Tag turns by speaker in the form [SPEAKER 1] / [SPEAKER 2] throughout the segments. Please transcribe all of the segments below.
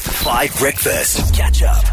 [SPEAKER 1] Five Breakfast. Catch up.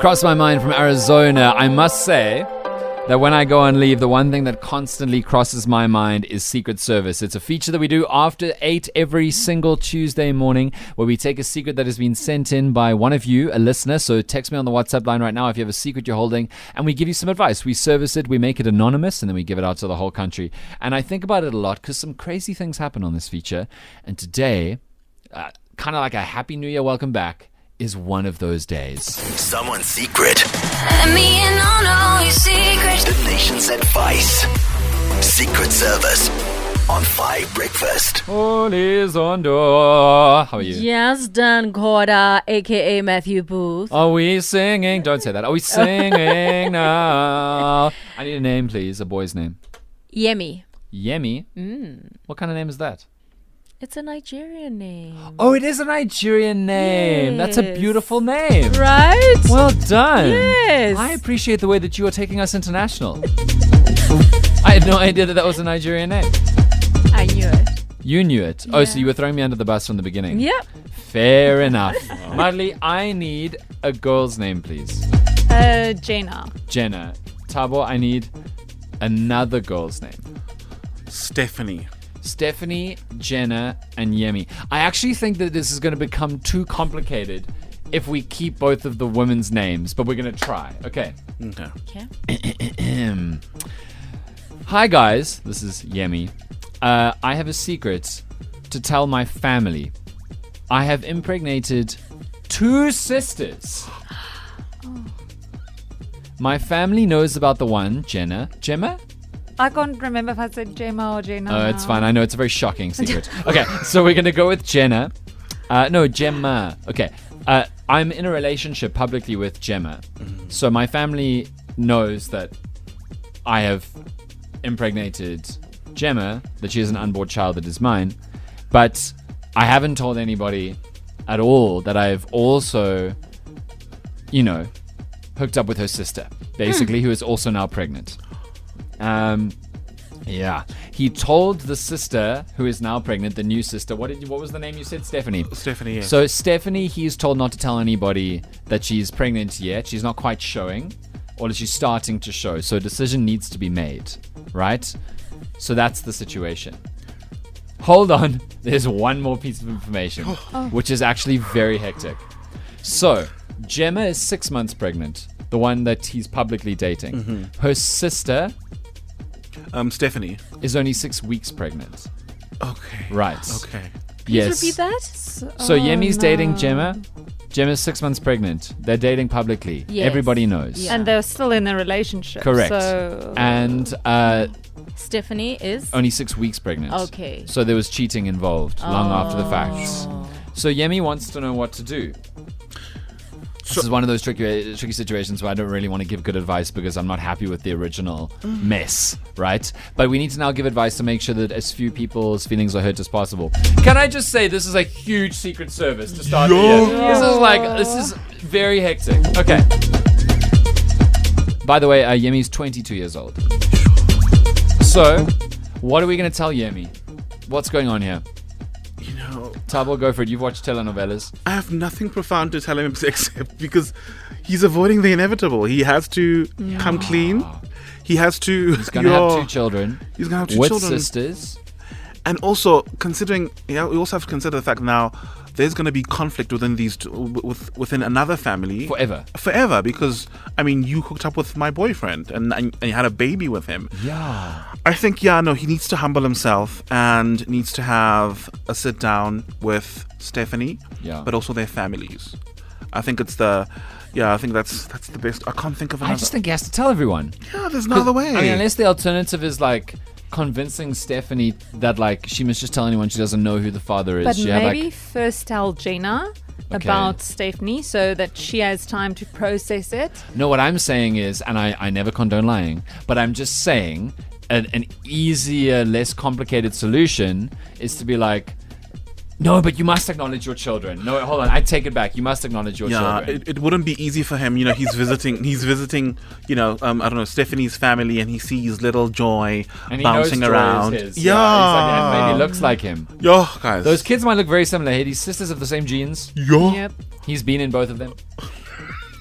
[SPEAKER 2] crossed my mind from Arizona. I must say that when I go and leave, the one thing that constantly crosses my mind is Secret Service. It's a feature that we do after 8 every single Tuesday morning where we take a secret that has been sent in by one of you, a listener. So text me on the WhatsApp line right now if you have a secret you're holding and we give you some advice. We service it, we make it anonymous, and then we give it out to the whole country. And I think about it a lot because some crazy things happen on this feature. And today, uh, kind of like a Happy New Year, welcome back, is one of those days.
[SPEAKER 1] Someone's secret.
[SPEAKER 3] Let me in on all your secrets.
[SPEAKER 1] The nation's advice. Secret Service on Five Breakfast.
[SPEAKER 2] Horizondo. How are you?
[SPEAKER 4] Yes, Dan Gorda, aka Matthew Booth.
[SPEAKER 2] Are we singing? Don't say that. Are we singing now? I need a name, please. A boy's name.
[SPEAKER 4] Yemi.
[SPEAKER 2] Yemi.
[SPEAKER 4] Mm.
[SPEAKER 2] What kind of name is that?
[SPEAKER 4] It's a Nigerian name.
[SPEAKER 2] Oh, it is a Nigerian name. That's a
[SPEAKER 4] Yes.
[SPEAKER 2] beautiful name.
[SPEAKER 4] Right?
[SPEAKER 2] Well done.
[SPEAKER 4] Yes.
[SPEAKER 2] I appreciate the way that you are taking us international. I had no idea that that was a Nigerian name.
[SPEAKER 4] I knew it.
[SPEAKER 2] You knew it. Oh, so you were throwing me under the bus from the beginning.
[SPEAKER 4] Yep.
[SPEAKER 2] Fair enough. Madly, I need a girl's name, please.
[SPEAKER 5] Uh, Jaina.
[SPEAKER 2] Jenna. Tabo, I need another girl's name.
[SPEAKER 6] Stephanie.
[SPEAKER 2] Stephanie, Jenna, and Yemi. I actually think that this is going to become too complicated if we keep both of the women's names, but we're going to try. Okay.
[SPEAKER 6] Okay.
[SPEAKER 2] Hi, guys. This is Yemi. Uh, I have a secret to tell my family. I have impregnated two sisters. My family knows about the one, Jenna. Gemma?
[SPEAKER 5] I can't remember if I said Gemma or Jaina.
[SPEAKER 2] Oh, it's fine. I know it's a very shocking secret. okay, so we're gonna go with Jenna. Uh, no, Gemma. Okay, uh, I'm in a relationship publicly with Gemma, so my family knows that I have impregnated Gemma, that she is an unborn child that is mine, but I haven't told anybody at all that I've also, you know, hooked up with her sister, basically, who is also now pregnant. Um, yeah, he told the sister who is now pregnant, the new sister. What did you? What was the name you said, Stephanie?
[SPEAKER 6] Stephanie, yes.
[SPEAKER 2] So Stephanie, he's told not to tell anybody that she's pregnant yet. She's not quite showing, or that she's starting to show. So a decision needs to be made, right? So that's the situation. Hold on, there's one more piece of information, which is actually very hectic. So, Gemma is six months pregnant, the one that he's publicly dating. Her sister
[SPEAKER 6] um, Stephanie.
[SPEAKER 2] is only six weeks pregnant.
[SPEAKER 6] Okay.
[SPEAKER 2] Right.
[SPEAKER 6] Okay.
[SPEAKER 2] Yes.
[SPEAKER 4] Repeat that?
[SPEAKER 2] So Yemi's dating Gemma. Gemma's six months pregnant. They're dating publicly.
[SPEAKER 4] Yes.
[SPEAKER 2] Everybody knows.
[SPEAKER 4] Yeah.
[SPEAKER 5] And they're still in a relationship.
[SPEAKER 2] Correct.
[SPEAKER 5] So
[SPEAKER 2] And uh,
[SPEAKER 4] Stephanie is.
[SPEAKER 2] only six weeks pregnant.
[SPEAKER 4] Okay.
[SPEAKER 2] So there was cheating involved long after the fact. So Yemi wants to know what to do. This is one of those tricky, tricky situations where I don't really want to give good advice because I'm not happy with the original mess, right? But we need to now give advice to make sure that as few people's feelings are hurt as possible. Can I just say this is a huge secret service to start the year? This is like this is very hectic. Okay. By the way, uh, Yemi's 22 years old. So, what are we going to tell Yemi? What's going on here?
[SPEAKER 6] You know,
[SPEAKER 2] Tabo, go for it. You've watched telenovelas.
[SPEAKER 6] I have nothing profound to tell him except because he's avoiding the inevitable. He has to come clean. He has to. He's
[SPEAKER 2] Gonna have two children.
[SPEAKER 6] He's gonna have two
[SPEAKER 2] with
[SPEAKER 6] children.
[SPEAKER 2] sisters.
[SPEAKER 6] And also considering, yeah, we also have to consider the fact now there's going to be conflict within these two, with within another family
[SPEAKER 2] Forever.
[SPEAKER 6] Forever, because I mean, you hooked up with my boyfriend and and, and you had a baby with him.
[SPEAKER 2] Yeah.
[SPEAKER 6] I think, yeah, no, he needs to humble himself and needs to have a sit down with Stephanie,
[SPEAKER 2] Yeah.
[SPEAKER 6] but also their families. I think it's the, yeah, I think that's that's the best. I can't think of another.
[SPEAKER 2] I just think he has to tell everyone.
[SPEAKER 6] yeah, there's no other way.
[SPEAKER 2] I mean, unless the alternative is like convincing Stephanie that like she must just tell anyone she doesn't know who the father is.
[SPEAKER 5] but
[SPEAKER 2] she
[SPEAKER 5] maybe
[SPEAKER 2] had like
[SPEAKER 5] first tell Jaina about Stephanie so that she has time to process it.
[SPEAKER 2] No, what I'm saying is, and I, I never condone lying, but I'm just saying an, an easier, less complicated solution is to be like, No, but you must acknowledge your children. No, hold on. I take it back. You must acknowledge your
[SPEAKER 6] Yeah,
[SPEAKER 2] children.
[SPEAKER 6] it, it wouldn't be easy for him. You know, he's visiting. He's visiting. You know, um, I don't know Stephanie's family, and he sees little Joy
[SPEAKER 2] and he
[SPEAKER 6] bouncing
[SPEAKER 2] knows Joy is
[SPEAKER 6] around.
[SPEAKER 2] his.
[SPEAKER 6] Yeah,
[SPEAKER 2] he's like, and maybe looks like him.
[SPEAKER 6] yeah, guys.
[SPEAKER 2] Those kids might look very similar. Hey, these sisters have the same genes.
[SPEAKER 6] yeah.
[SPEAKER 5] Yep.
[SPEAKER 2] He's been in both of them.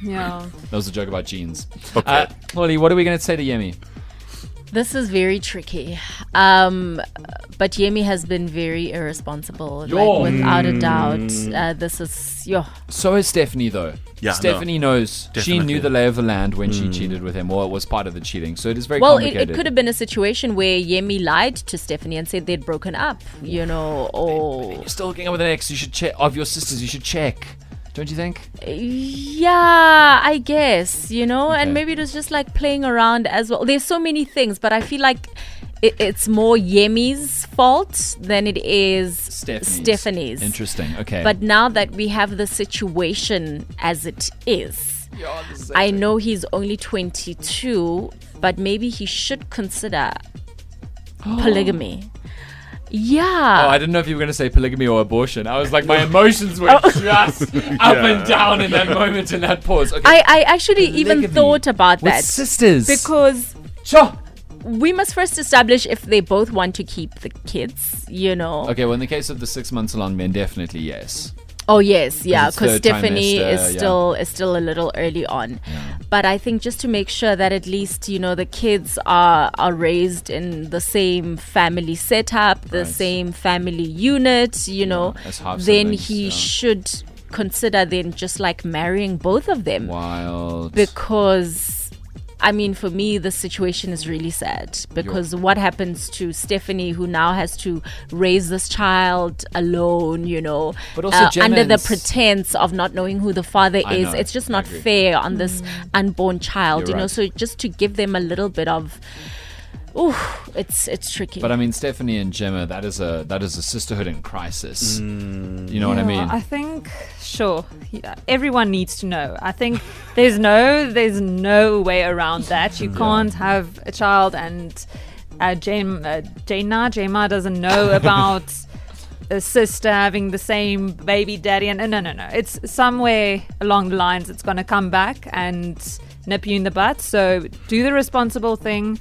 [SPEAKER 5] Yeah.
[SPEAKER 2] That was a joke about genes. Okay. Uh, Lolly, what are we going to say to Yemi?
[SPEAKER 4] This is very tricky. Um, but Yemi has been very irresponsible.
[SPEAKER 2] Yo.
[SPEAKER 4] Like, without a doubt. Uh, this is, yo,
[SPEAKER 2] So is Stephanie, though.
[SPEAKER 6] Yeah, no.
[SPEAKER 2] Stephanie knows. She
[SPEAKER 6] Definitely. Hmm.
[SPEAKER 2] knew the lay of the land when she cheated with him, or it was part of the cheating. So it is very
[SPEAKER 4] Well, it,
[SPEAKER 2] complicated.
[SPEAKER 4] it could have been a situation where Yemi lied to Stephanie and said they'd broken up, you know, or
[SPEAKER 2] You're still hooking up with an ex. You should check. Of your sisters, you should check. Don't you think?
[SPEAKER 4] yeah, I guess, you know,
[SPEAKER 2] Okay.
[SPEAKER 4] and maybe it was just like playing around as well. There's so many things, but I feel like it, it's more Yemi's fault than it is
[SPEAKER 2] Stephanie's.
[SPEAKER 4] Stephanie's.
[SPEAKER 2] Interesting. Okay.
[SPEAKER 4] But now that we have the situation as it is, I know he's only 22, but maybe he should consider polygamy.
[SPEAKER 2] Oh,
[SPEAKER 4] Yeah.
[SPEAKER 2] I didn't know if you were going to say polygamy or abortion. I was like, my emotions were just up and down in that moment, in that pause. Okay.
[SPEAKER 4] I, I actually even
[SPEAKER 2] Polygamy
[SPEAKER 4] thought about
[SPEAKER 2] with
[SPEAKER 4] that.
[SPEAKER 2] sisters.
[SPEAKER 4] Because
[SPEAKER 2] Sure.
[SPEAKER 4] we must first establish if they both want to keep the kids, you know.
[SPEAKER 2] Okay, well, in the case of the six months along, then definitely yes.
[SPEAKER 4] Oh yes, yeah,
[SPEAKER 2] it's
[SPEAKER 4] because
[SPEAKER 2] third
[SPEAKER 4] Stephanie is
[SPEAKER 2] trimester, yeah.
[SPEAKER 4] still is still a little early on, but I think just to make sure that at least you know the kids are are raised in the same family setup, the
[SPEAKER 2] Right.
[SPEAKER 4] same family unit, you know,
[SPEAKER 2] as half
[SPEAKER 4] then
[SPEAKER 2] siblings,
[SPEAKER 4] he
[SPEAKER 2] yeah.
[SPEAKER 4] should consider then just like marrying both of them
[SPEAKER 2] Wild.
[SPEAKER 4] because I mean, for me, the situation is really sad because what happens to Stephanie, who now has to raise this child alone, you know, uh,
[SPEAKER 2] But also Gemma
[SPEAKER 4] under the
[SPEAKER 2] and-
[SPEAKER 4] pretense of not knowing who the father
[SPEAKER 2] I
[SPEAKER 4] is,
[SPEAKER 2] know,
[SPEAKER 4] it's just
[SPEAKER 2] I
[SPEAKER 4] not
[SPEAKER 2] agree.
[SPEAKER 4] fair on this unborn child,
[SPEAKER 2] You're
[SPEAKER 4] you know.
[SPEAKER 2] right.
[SPEAKER 4] So just to give them a little bit of, ooh, it's it's tricky.
[SPEAKER 2] but I mean, Stephanie and Gemma, that is a that is a sisterhood in crisis. You know what I mean?
[SPEAKER 5] I think sure. Yeah, everyone needs to know. I think there's no there's no way around that. You can't have a child and uh, Jane uh, Jaina Jema doesn't know about a sister having the same baby daddy and no no no. It's somewhere along the lines it's going to come back and nip you in the butt. So do the responsible thing.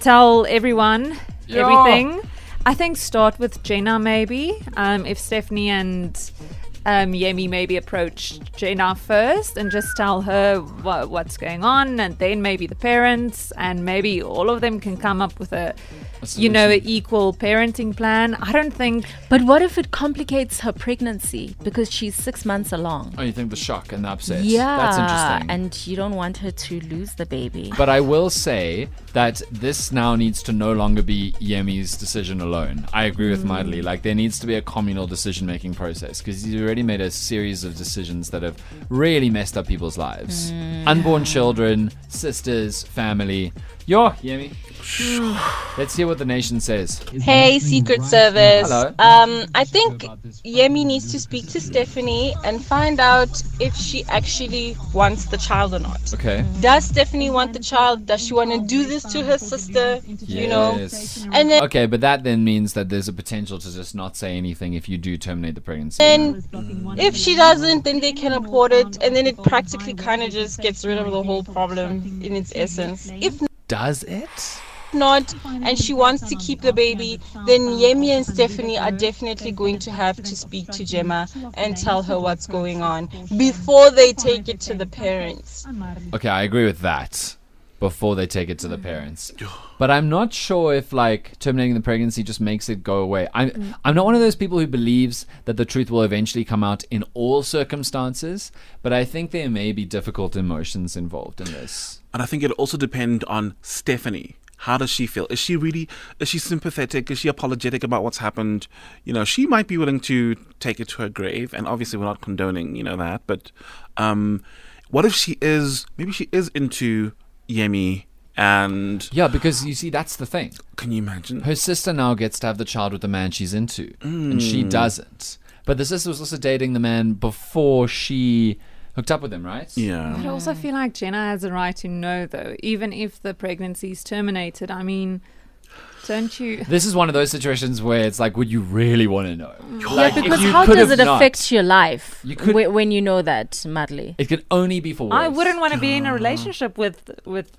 [SPEAKER 5] Tell everyone
[SPEAKER 2] Yeah.
[SPEAKER 5] everything. I think start with Jaina maybe. Um, if Stephanie and um, Yemi maybe approach Jaina first and just tell her wha what's going on, and then maybe the parents, and maybe all of them can come up with a, you know,
[SPEAKER 2] solution.
[SPEAKER 5] equal parenting plan. I don't think
[SPEAKER 4] but what if it complicates her pregnancy because she's six months along?
[SPEAKER 2] oh, you think the shock and the upset?
[SPEAKER 4] Yeah,
[SPEAKER 2] that's interesting.
[SPEAKER 4] and you don't want her to lose the baby.
[SPEAKER 2] But I will say that this now needs to no longer be Yemi's decision alone. I agree
[SPEAKER 7] Mm.
[SPEAKER 2] with Madly. Like, there needs to be a communal decision making process because he's already made a series of decisions that have really messed up people's lives
[SPEAKER 7] Mm.
[SPEAKER 2] unborn children, sisters, family. Yo, Yemi. Let's hear what the nation says.
[SPEAKER 7] Hey, Secret Service.
[SPEAKER 2] Hello.
[SPEAKER 7] Um, I think Yemi needs to speak to Stephanie and find out if she actually wants the child or not.
[SPEAKER 2] Okay.
[SPEAKER 7] Does Stephanie want the child? Does she want to do this to her sister? You know?
[SPEAKER 2] Yes.
[SPEAKER 7] And then,
[SPEAKER 2] Okay, but that then means that there's a potential to just not say anything if you do terminate the pregnancy.
[SPEAKER 7] then if she doesn't, then they can abort it. And then it practically kind of just gets rid of the whole problem in its essence. If
[SPEAKER 2] Does it?
[SPEAKER 7] not, and she wants to keep the baby, then Yemi and Stephanie are definitely going to have to speak to Gemma and tell her what's going on before they take it to the parents.
[SPEAKER 2] Okay, I agree with that. Before they take it to the parents, but I'm not sure if like terminating the pregnancy just makes it go away. I'm I'm not one of those people who believes that the truth will eventually come out in all circumstances, but I think there may be difficult emotions involved in this.
[SPEAKER 6] And I think it also depend on Stephanie. How does she feel? Is she really? Is she sympathetic? Is she apologetic about what's happened? You know, she might be willing to take it to her grave, and obviously we're not condoning, you know, that. But um, what if she is? Maybe she is into Yemi, and
[SPEAKER 2] Yeah, because you see, that's the thing.
[SPEAKER 6] can you imagine?
[SPEAKER 2] Her sister now gets to have the child with the man she's into, and she doesn't. But the sister was also dating the man before she hooked up with him, right?
[SPEAKER 6] yeah.
[SPEAKER 5] But I
[SPEAKER 2] Mm.
[SPEAKER 5] also feel like Jenna has a right to know, though, even if the pregnancy is terminated. I mean, Don't you?
[SPEAKER 2] This is one of those situations where it's like, would you really want to know?
[SPEAKER 4] yeah, because how does it affect your life
[SPEAKER 2] You could-
[SPEAKER 4] whe- when you know that, madly?
[SPEAKER 2] It can only be for worse.
[SPEAKER 5] I wouldn't want to be in a relationship with with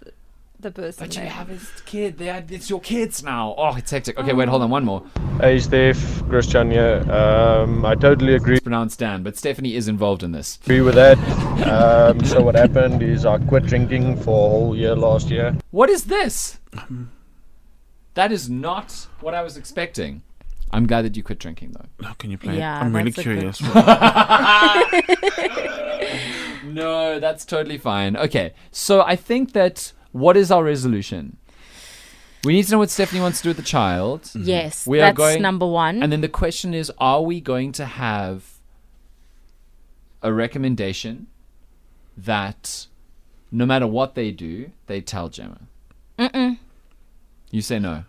[SPEAKER 5] the person.
[SPEAKER 2] But you
[SPEAKER 5] there.
[SPEAKER 2] have his kid. They are, it's your kids now. Oh, it's hectic. Okay, wait, hold
[SPEAKER 4] Mm.
[SPEAKER 2] on. One more.
[SPEAKER 8] Hey Steph, Christian here. Um, I totally agree
[SPEAKER 2] It's pronounced Dan, but Stephanie is involved in this.
[SPEAKER 8] with that. Um, so what happened is I quit drinking for a whole year last year.
[SPEAKER 2] What is this?
[SPEAKER 4] Mm-hmm.
[SPEAKER 2] That is not what I was expecting. I'm glad that you quit drinking, though.
[SPEAKER 6] How can you play
[SPEAKER 4] Yeah,
[SPEAKER 6] it? I'm really
[SPEAKER 4] that's a good-
[SPEAKER 6] curious.
[SPEAKER 2] No, that's totally fine. Okay, so I think that what is our resolution? We need to know what Stephanie wants to do with the child.
[SPEAKER 4] Yes,
[SPEAKER 2] Mm-hmm. We are
[SPEAKER 4] that's
[SPEAKER 2] going-
[SPEAKER 4] number one.
[SPEAKER 2] And then the question is are we going to have a recommendation that no matter what they do, they tell Gemma? Mm-mm. You say no.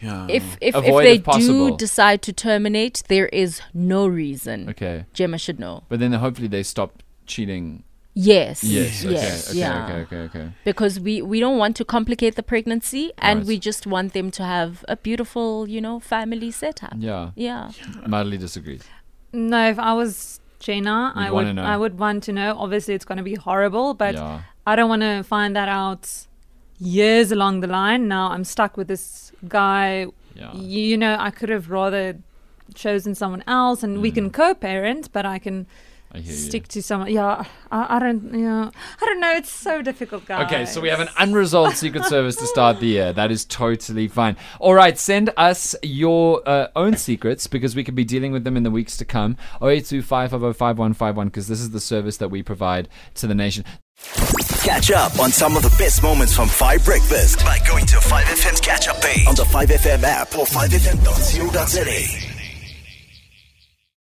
[SPEAKER 6] yeah.
[SPEAKER 4] if if, if
[SPEAKER 2] Avoid
[SPEAKER 4] they
[SPEAKER 2] if possible.
[SPEAKER 4] do decide to terminate, there is no reason.
[SPEAKER 2] Okay.
[SPEAKER 4] Gemma should know.
[SPEAKER 2] But then hopefully they stop cheating.
[SPEAKER 4] Yes.
[SPEAKER 2] Yes.
[SPEAKER 4] Yes.
[SPEAKER 2] Okay. okay,
[SPEAKER 4] yeah.
[SPEAKER 2] okay. Okay. Okay.
[SPEAKER 4] Because we we don't want to complicate the pregnancy, and
[SPEAKER 2] Right.
[SPEAKER 4] we just want them to have a beautiful, you know, family setup.
[SPEAKER 2] Yeah.
[SPEAKER 4] Yeah.
[SPEAKER 2] Madly disagrees.
[SPEAKER 5] No, if I was Jaina, I
[SPEAKER 2] You'd
[SPEAKER 5] would
[SPEAKER 2] wanna know.
[SPEAKER 5] I would want to know. Obviously, it's going to be horrible, but
[SPEAKER 2] Yeah.
[SPEAKER 5] I don't want to find that out years along the line. Now I'm stuck with this guy.
[SPEAKER 2] Yeah.
[SPEAKER 5] Y- You know, I could have rather chosen someone else, and we can
[SPEAKER 2] Mm.
[SPEAKER 5] co-parent, but I can
[SPEAKER 2] I hear
[SPEAKER 5] stick to someone. Yeah, I, I don't. Yeah, I don't know. It's so difficult,
[SPEAKER 2] you.
[SPEAKER 5] guys.
[SPEAKER 2] Okay, so we have an unresolved Secret Service to start the year. That is totally fine. All right, send us your uh, own secrets because we could be dealing with them in the weeks to come. 0825505151 because this is the service that we provide to the nation.
[SPEAKER 1] Catch up on some of the best moments from 5 Breakfast by going to 5FM's catch up page on the 5FM app or 5FM.co.za.